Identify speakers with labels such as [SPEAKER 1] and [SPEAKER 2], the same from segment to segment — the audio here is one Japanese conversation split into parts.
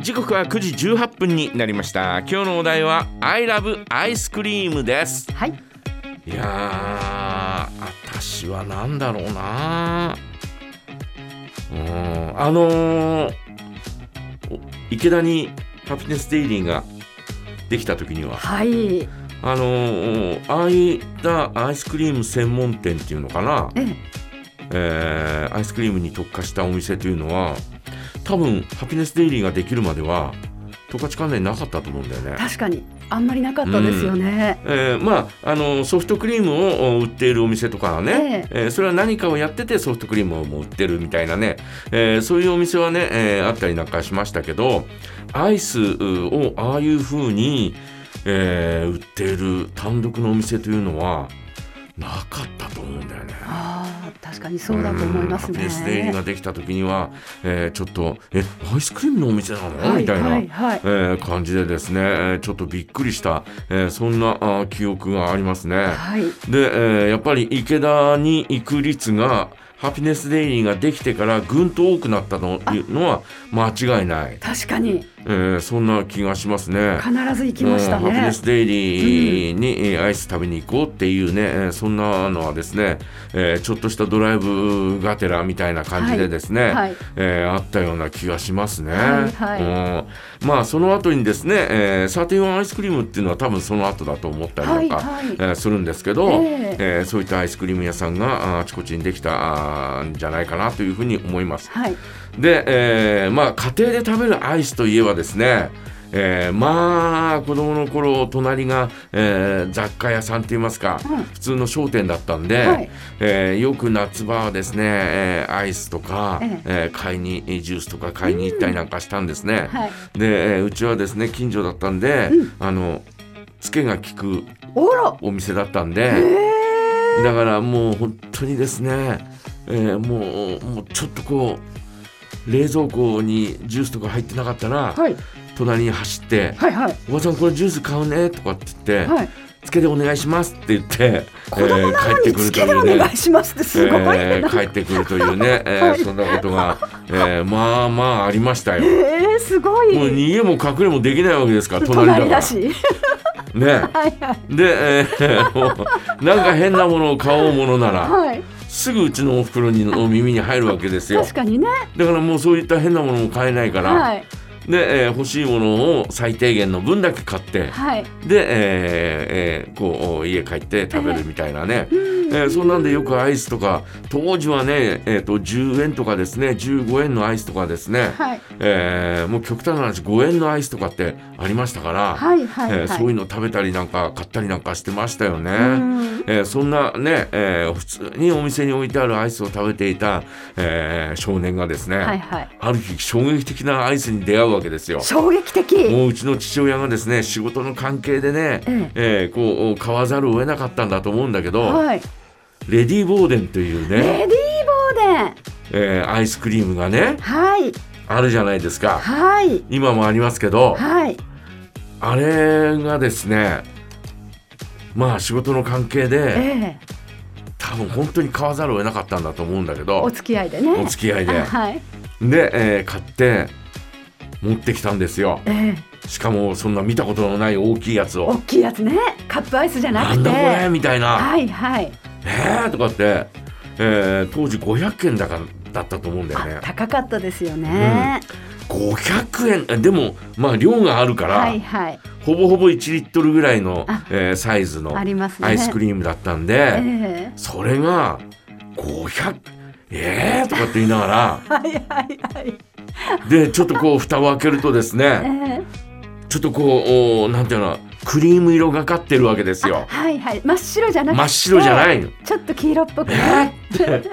[SPEAKER 1] 時刻は9時18分になりました今日のお題は I love アイスクリームです
[SPEAKER 2] はい
[SPEAKER 1] いやー私はなんだろうなうんあのーお池田にハピネスデイリーができた時には
[SPEAKER 2] はいえ
[SPEAKER 1] あのーああいったアイスクリーム専門店っていうのかな、
[SPEAKER 2] え
[SPEAKER 1] えーアイスクリームに特化したお店というのは多分ハピネスデイリーができるまでは十勝関連なかったと思うんだよね。
[SPEAKER 2] 確かにあんまりなかったですよね、
[SPEAKER 1] えーまあ、あのソフトクリームを売っているお店とかはね、えーそれは何かをやっててソフトクリームをもう売ってるみたいなね、えーそういうお店はね、えーあったりなんかしましたけどアイスをああいう風に、えー売っている単独のお店というのはなかったと思うんだよね。
[SPEAKER 2] ああ確かにそうだと思います
[SPEAKER 1] うんハピネスデイリー
[SPEAKER 2] ね
[SPEAKER 1] ができた時には、えーちょっと「えアイスクリームのお店なの?」
[SPEAKER 2] はい
[SPEAKER 1] みたいな、
[SPEAKER 2] はいはい
[SPEAKER 1] えー感じでですね、えーちょっとびっくりした、えーそんなあー記憶がありますね。
[SPEAKER 2] はい
[SPEAKER 1] で、えーやっぱり池田に行く率がハピネスデイリーができてからぐんと多くなったのいうのは間違いない、
[SPEAKER 2] 確かに
[SPEAKER 1] えーそんな気がしますね。
[SPEAKER 2] 必ず行きました
[SPEAKER 1] うんハピ
[SPEAKER 2] ね
[SPEAKER 1] ネスデイリーにえーアイス食べに行こうっていうね、えーそんなのはですね、えーちょっとしたドライブがてらみたいな感じでですね、
[SPEAKER 2] はいはい
[SPEAKER 1] えーあったような気がしますね。
[SPEAKER 2] はいはい
[SPEAKER 1] うんまあその後にですね、えー、サーティワンアイスクリームっていうのは多分その後だと思ったりとか、
[SPEAKER 2] はいは
[SPEAKER 1] え
[SPEAKER 2] い
[SPEAKER 1] ーするんですけど、
[SPEAKER 2] ええ
[SPEAKER 1] えーそういったアイスクリーム屋さんがあーあちこちにできたあーんじゃないかなというふうに思います。
[SPEAKER 2] はい
[SPEAKER 1] で、えーまあ家庭で食べるアイスといえばですね、えーまあ子供の頃隣が、えー雑貨屋さんといいますか、
[SPEAKER 2] うん
[SPEAKER 1] 普通の商店だったんで、
[SPEAKER 2] はい
[SPEAKER 1] えーよく夏場はですね、えーアイスとか、
[SPEAKER 2] え
[SPEAKER 1] えー買いにえージュースとか買いに行ったりなんかしたんですね。
[SPEAKER 2] はい
[SPEAKER 1] で、えーうちはですね近所だったんで、あのつけが利く
[SPEAKER 2] おら
[SPEAKER 1] お店だったんで、だからもう本当にですね、えーもうもうちょっとこう冷蔵庫にジュースとか入ってなかったら、
[SPEAKER 2] はい
[SPEAKER 1] 隣に走って
[SPEAKER 2] はいはい
[SPEAKER 1] 「おばさんこれジュース買うね」とかって言って「
[SPEAKER 2] はい
[SPEAKER 1] つけでお願いします」って言って、
[SPEAKER 2] 子供なのにつけでお願いしますってすごい
[SPEAKER 1] え
[SPEAKER 2] ね
[SPEAKER 1] ー帰ってくるというね、えー
[SPEAKER 2] はい
[SPEAKER 1] そんなことが、えーまあまあありましたよ。
[SPEAKER 2] えーすご
[SPEAKER 1] もう
[SPEAKER 2] い
[SPEAKER 1] 逃げも隠れもできないわけですから隣だか
[SPEAKER 2] 隣
[SPEAKER 1] ら
[SPEAKER 2] だ。し
[SPEAKER 1] ね、
[SPEAKER 2] はいはい
[SPEAKER 1] で、えーもうなんか変なものを買おうものなら。
[SPEAKER 2] はい
[SPEAKER 1] すぐうちのおふくろにの耳に入るわけですよ
[SPEAKER 2] 確かにね
[SPEAKER 1] だからもうそういった変なものも買えないから、
[SPEAKER 2] はい
[SPEAKER 1] で、えー欲しいものを最低限の分だけ買って
[SPEAKER 2] はい
[SPEAKER 1] で、えーえーこう家帰って食べるみたいな ね、えーそんなんでよくアイスとか当時はね、えー、と10円とかですね15円のアイスとかですね、
[SPEAKER 2] はい
[SPEAKER 1] えーもう極端な話5円のアイスとかってありましたから、
[SPEAKER 2] はいはいはい
[SPEAKER 1] えーそういうの食べたりなんか買ったりなんかしてましたよね。
[SPEAKER 2] ん
[SPEAKER 1] えーそんなね、えー普通にお店に置いてあるアイスを食べていた、えー少年がですね、
[SPEAKER 2] はいはい
[SPEAKER 1] ある日衝撃的なアイスに出会うわけですよ。
[SPEAKER 2] 衝撃的
[SPEAKER 1] もううちの父親がですね仕事の関係でね、
[SPEAKER 2] うん
[SPEAKER 1] えーこう買わざるを得なかったんだと思うんだけど、
[SPEAKER 2] はい
[SPEAKER 1] レディー・ボーデンという
[SPEAKER 2] レデ
[SPEAKER 1] ね、
[SPEAKER 2] ィーボーデン
[SPEAKER 1] えーアイスクリームがね
[SPEAKER 2] はい
[SPEAKER 1] あるじゃないですか
[SPEAKER 2] はい
[SPEAKER 1] 今もありますけど、
[SPEAKER 2] はい
[SPEAKER 1] あれがですねまあ仕事の関係で
[SPEAKER 2] ええ
[SPEAKER 1] 多分本当に買わざるを得なかったんだと思うんだけ
[SPEAKER 2] お
[SPEAKER 1] ど
[SPEAKER 2] 付き合いでね
[SPEAKER 1] お付き合い
[SPEAKER 2] あ
[SPEAKER 1] で。
[SPEAKER 2] はい
[SPEAKER 1] で、えー買って持ってきたんですよ
[SPEAKER 2] ええ
[SPEAKER 1] しかもそんな見たことのない大きいやつを
[SPEAKER 2] 大きいやつねカップアイス
[SPEAKER 1] 「
[SPEAKER 2] じゃな
[SPEAKER 1] な
[SPEAKER 2] く
[SPEAKER 1] ん
[SPEAKER 2] て
[SPEAKER 1] だこれ」みたいな
[SPEAKER 2] はいはい
[SPEAKER 1] 「えー」とかって、えー当時500円だかだったと思うんだよね
[SPEAKER 2] あ高かったですよね、
[SPEAKER 1] 500円でもまあ量があるから、
[SPEAKER 2] はいはい
[SPEAKER 1] ほぼほぼ1リットルぐらいの
[SPEAKER 2] あ、
[SPEAKER 1] えーサイズの
[SPEAKER 2] ありますね
[SPEAKER 1] アイスクリームだったんで、
[SPEAKER 2] ええ
[SPEAKER 1] それが500えー、とかって言いなが
[SPEAKER 2] はいはいはい
[SPEAKER 1] らでちょっとこう蓋を開けるとです
[SPEAKER 2] え
[SPEAKER 1] ね
[SPEAKER 2] え
[SPEAKER 1] ちょっとこうおなんていうのクリーム色がかってるわけですよ
[SPEAKER 2] はいはい真っ白じゃなくて
[SPEAKER 1] 真っ白じゃないいの。
[SPEAKER 2] ちょっと黄色っぽく
[SPEAKER 1] え
[SPEAKER 2] ね
[SPEAKER 1] ー、って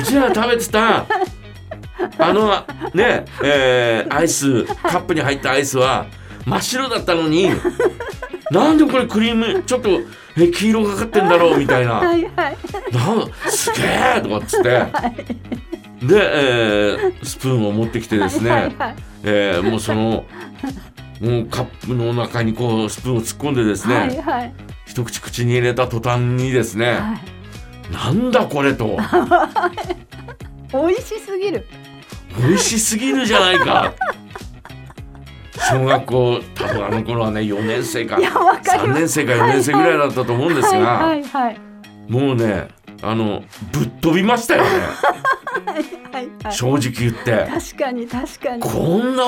[SPEAKER 1] うちらが食べて たあのねえーアイスカップに入ったアイスは真っ白だったの になんでこれクリームちょっとえ黄色がかってんだろうみたいな
[SPEAKER 2] はいはい
[SPEAKER 1] なんすげえとかっつって、で、えースプーンを持ってきてですね、
[SPEAKER 2] はいはい
[SPEAKER 1] えーもうそのもうカップの中にこうスプーンを突っ込んでですね、
[SPEAKER 2] はいはい
[SPEAKER 1] 一口口に入れた途端にですね、
[SPEAKER 2] はい
[SPEAKER 1] なんだこれと
[SPEAKER 2] 美味しすぎる
[SPEAKER 1] 美味しすぎるじゃないか小学校多分あの頃はね4年生か
[SPEAKER 2] いやわかり
[SPEAKER 1] 3
[SPEAKER 2] ます
[SPEAKER 1] 年生か4年生ぐらいだったと思うんです
[SPEAKER 2] は
[SPEAKER 1] が
[SPEAKER 2] いはい
[SPEAKER 1] もうねあのぶっ飛びましたよね
[SPEAKER 2] はいはいはい
[SPEAKER 1] 正直言って
[SPEAKER 2] 確かに確かに
[SPEAKER 1] こんな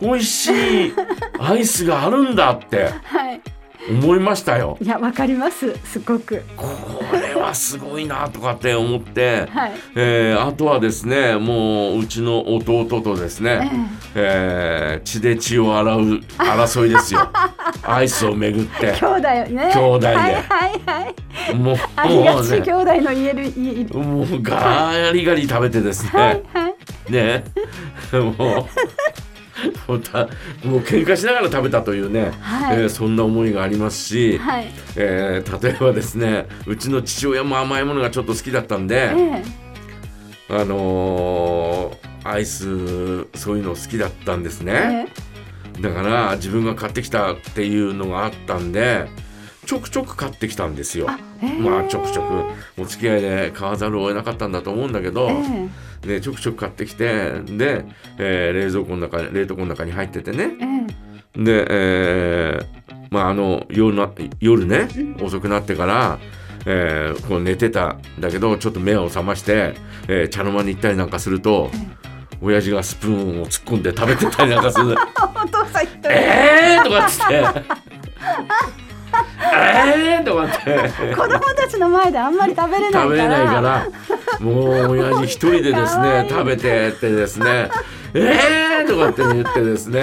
[SPEAKER 1] 美味しいアイスがあるんだって
[SPEAKER 2] はい
[SPEAKER 1] 思いましたよ
[SPEAKER 2] いやわかりますすごく
[SPEAKER 1] これはすごいなとかって思って、
[SPEAKER 2] はい
[SPEAKER 1] えーあとはですねもううちの弟とです
[SPEAKER 2] ええ
[SPEAKER 1] ね、えー血で血を洗う争いです よアイスをめぐって
[SPEAKER 2] 兄弟ね
[SPEAKER 1] 兄弟で
[SPEAKER 2] はいはいはい
[SPEAKER 1] もう
[SPEAKER 2] あり
[SPEAKER 1] も
[SPEAKER 2] が
[SPEAKER 1] う
[SPEAKER 2] ち兄
[SPEAKER 1] ね
[SPEAKER 2] 弟の言える言える
[SPEAKER 1] もうガリガリ食べてですね、
[SPEAKER 2] はいはい
[SPEAKER 1] ねもうもうたもう喧嘩しながら食べたというね、
[SPEAKER 2] はい
[SPEAKER 1] えーそんな思いがありますし、
[SPEAKER 2] はい
[SPEAKER 1] えー例えばですねうちの父親も甘いものがちょっと好きだったんで、
[SPEAKER 2] ええ
[SPEAKER 1] あのーアイスそういうの好きだったんですね、
[SPEAKER 2] え
[SPEAKER 1] だから自分が買ってきたっていうのがあったんでちょくちょく買ってきたんですよ。
[SPEAKER 2] え
[SPEAKER 1] まあちょくちょくお付き合いで買わざるを得なかったんだと思うんだけど、
[SPEAKER 2] ええ
[SPEAKER 1] ね、ちょくちょく買ってきてで、えー冷蔵庫の中冷凍庫の中に入っててね
[SPEAKER 2] え
[SPEAKER 1] で、えーまああの夜な夜ね
[SPEAKER 2] う
[SPEAKER 1] 遅くなってから、えーこう寝てたんだけどちょっと目を覚まして、えー茶の間に行ったりなんかすると親父がスプーンを突っ込んで食べてたりなんかする
[SPEAKER 2] あお父さん一人
[SPEAKER 1] 「えー!」とかっつって「えー!」とかって
[SPEAKER 2] 子供たちの前であんまり食べれないから
[SPEAKER 1] 食べれないからもう親父一人でです
[SPEAKER 2] か わい
[SPEAKER 1] ね
[SPEAKER 2] い
[SPEAKER 1] 食べてってです ね「えー!」とかって言ってですね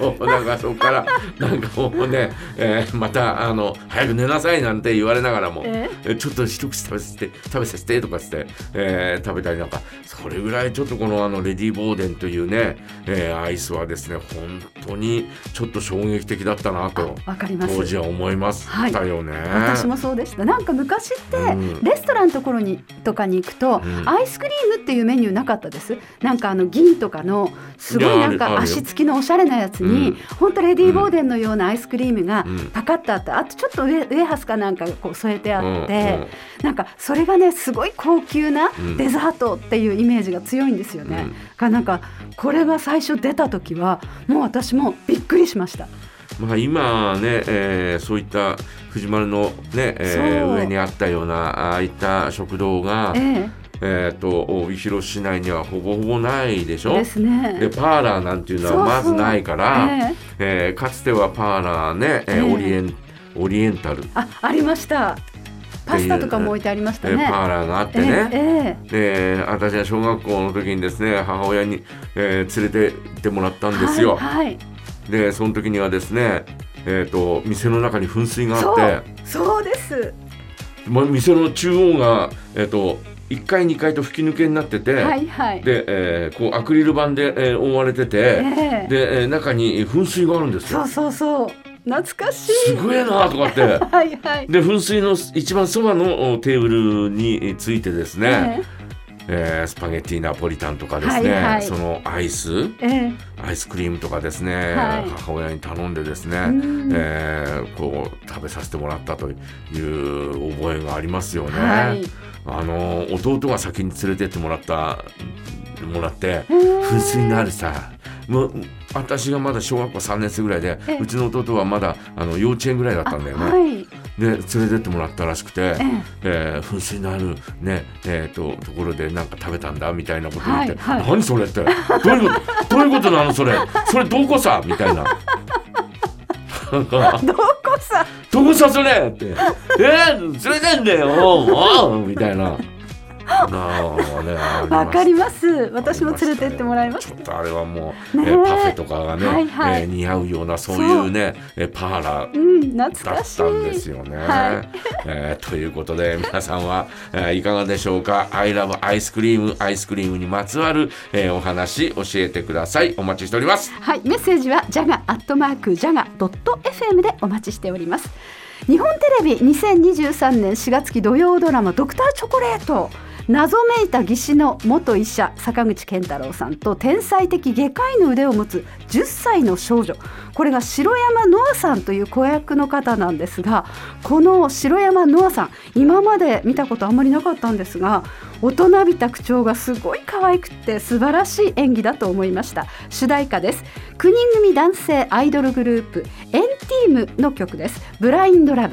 [SPEAKER 1] もうなんかそこからなんかもうね、えーまたあの「早く寝なさい」なんて言われながらも「
[SPEAKER 2] え
[SPEAKER 1] えちょっと一口食べさせて食べさせて」とかして、えー食べたりなんかそれぐらいちょっとこのあのレディ・ボーデンというね、えーアイスはですね本当にちょっと衝撃的だったなと
[SPEAKER 2] わかります
[SPEAKER 1] 当時は思いましたよね。
[SPEAKER 2] 私もそうでしたなんか昔って
[SPEAKER 1] うん
[SPEAKER 2] レストランところにとかに行くと、
[SPEAKER 1] うん
[SPEAKER 2] アイスクリームっていうメニューなかったですなんかあの銀とかのすご
[SPEAKER 1] いや
[SPEAKER 2] いなん
[SPEAKER 1] あるあ
[SPEAKER 2] か
[SPEAKER 1] る
[SPEAKER 2] 足つきのおしゃれなやつに、
[SPEAKER 1] うん
[SPEAKER 2] ほんとレディー・ボーデンのようなアイスクリームが
[SPEAKER 1] うん
[SPEAKER 2] パカッとあってあとちょっとウエウエハースかなんかこう添えてあって、
[SPEAKER 1] うんうん
[SPEAKER 2] なんかそれがねすごい高級な
[SPEAKER 1] うん
[SPEAKER 2] デザートっていうイメージが強いんですよ
[SPEAKER 1] う
[SPEAKER 2] ね。
[SPEAKER 1] ん
[SPEAKER 2] がなんかこれが最初出た時はもう私もびっくりしました。
[SPEAKER 1] まあ、今ね、えーそういった藤丸の、ねえー
[SPEAKER 2] そう
[SPEAKER 1] 上にあったようなああいった食堂が、え
[SPEAKER 2] え
[SPEAKER 1] ー、と帯広市内にはほぼほぼないでし
[SPEAKER 2] え、
[SPEAKER 1] ょ
[SPEAKER 2] ですね。
[SPEAKER 1] でパーラーなんていうのはまずないから
[SPEAKER 2] え
[SPEAKER 1] えー
[SPEAKER 2] え
[SPEAKER 1] かつてはパーラーね、えー
[SPEAKER 2] ええ
[SPEAKER 1] オリエンオリエンタル、
[SPEAKER 2] あ、ありました。パスタとかも置いてありまし
[SPEAKER 1] え
[SPEAKER 2] た
[SPEAKER 1] ー
[SPEAKER 2] ね。
[SPEAKER 1] パーラーがあってね、
[SPEAKER 2] ええ
[SPEAKER 1] で私は小学校の時にですね母親に、えー連れて行ってもらったんですよ、
[SPEAKER 2] はい、はい
[SPEAKER 1] でその時にはですね、えー、と店の中に噴水があって。
[SPEAKER 2] そうです。
[SPEAKER 1] ま店の中央が、えっと1階2階と吹き抜けになってて、
[SPEAKER 2] はいはい。
[SPEAKER 1] で、えーこうアクリル板で、えー覆われて
[SPEAKER 2] え
[SPEAKER 1] て、
[SPEAKER 2] え
[SPEAKER 1] で、えー中に噴水があるんです
[SPEAKER 2] そ
[SPEAKER 1] よ
[SPEAKER 2] う。そうそう。懐かし
[SPEAKER 1] す
[SPEAKER 2] い。
[SPEAKER 1] ごいなとかって。
[SPEAKER 2] はいはい。
[SPEAKER 1] で噴水の一番そばのおテーブルについてですね、えースパゲッティナポリタンとかですね、
[SPEAKER 2] はいはい
[SPEAKER 1] そのアイス
[SPEAKER 2] えええ
[SPEAKER 1] アイスクリームとかですね、
[SPEAKER 2] はい
[SPEAKER 1] 母親に頼んでですね、
[SPEAKER 2] うん
[SPEAKER 1] えーこう食べさせてもらったという覚えがありますよ
[SPEAKER 2] え
[SPEAKER 1] ね。
[SPEAKER 2] はい。
[SPEAKER 1] あの弟が先に連れてってもらったもらって
[SPEAKER 2] 噴
[SPEAKER 1] 噴水のあるさもう私がまだ小学校3年生ぐらいで
[SPEAKER 2] ええ
[SPEAKER 1] うちの弟はまだあの幼稚園ぐらいだったんだよね、
[SPEAKER 2] はい。
[SPEAKER 1] で連れてってもらったらしくて、
[SPEAKER 2] え
[SPEAKER 1] えー噴水のあるねえーとところでなんか食べたんだみたいなこと言って「
[SPEAKER 2] はいはい
[SPEAKER 1] 何それ」って「どういうことどういうことなのそれそれどこさ」みたいな。なんか
[SPEAKER 2] えどこさ。
[SPEAKER 1] どこさそれって「えー、連れてんだよおうおう」みたいな。なあね
[SPEAKER 2] わかり
[SPEAKER 1] ま
[SPEAKER 2] ます。
[SPEAKER 1] す
[SPEAKER 2] 私も連れて行ってもらいまし
[SPEAKER 1] ち
[SPEAKER 2] た
[SPEAKER 1] ょっ。とあれはもう、
[SPEAKER 2] ねえ
[SPEAKER 1] えーパフェとかがね、
[SPEAKER 2] はいはい
[SPEAKER 1] えー似合うようなそういうねえーパーラー
[SPEAKER 2] うん、
[SPEAKER 1] だ
[SPEAKER 2] 懐か
[SPEAKER 1] っ
[SPEAKER 2] しい。
[SPEAKER 1] たんですよね。
[SPEAKER 2] はい
[SPEAKER 1] えーということで皆さんは、えーいかがでしょうか「ILOVE アイスクリーム」アイスクリームにまつわる、えーお話教えてくださいお待ちしております。
[SPEAKER 2] はい、メッセージはジャガアットマークジャガドット FM でお待ちしております。日本テレビ2023年4月期土曜ドラマドクターチョコレート。謎めいた技師の元医者坂口健太郎さんと天才的外科医の腕を持つ10歳の少女これが白山ノアさんという子役の方なんですがこの白山ノアさん今まで見たことあんまりなかったんですが大人びた口調がすごい可愛くて素晴らしい演技だと思いました主題歌です9人組男性アイドルグループエンティームの曲ですブラインドラブ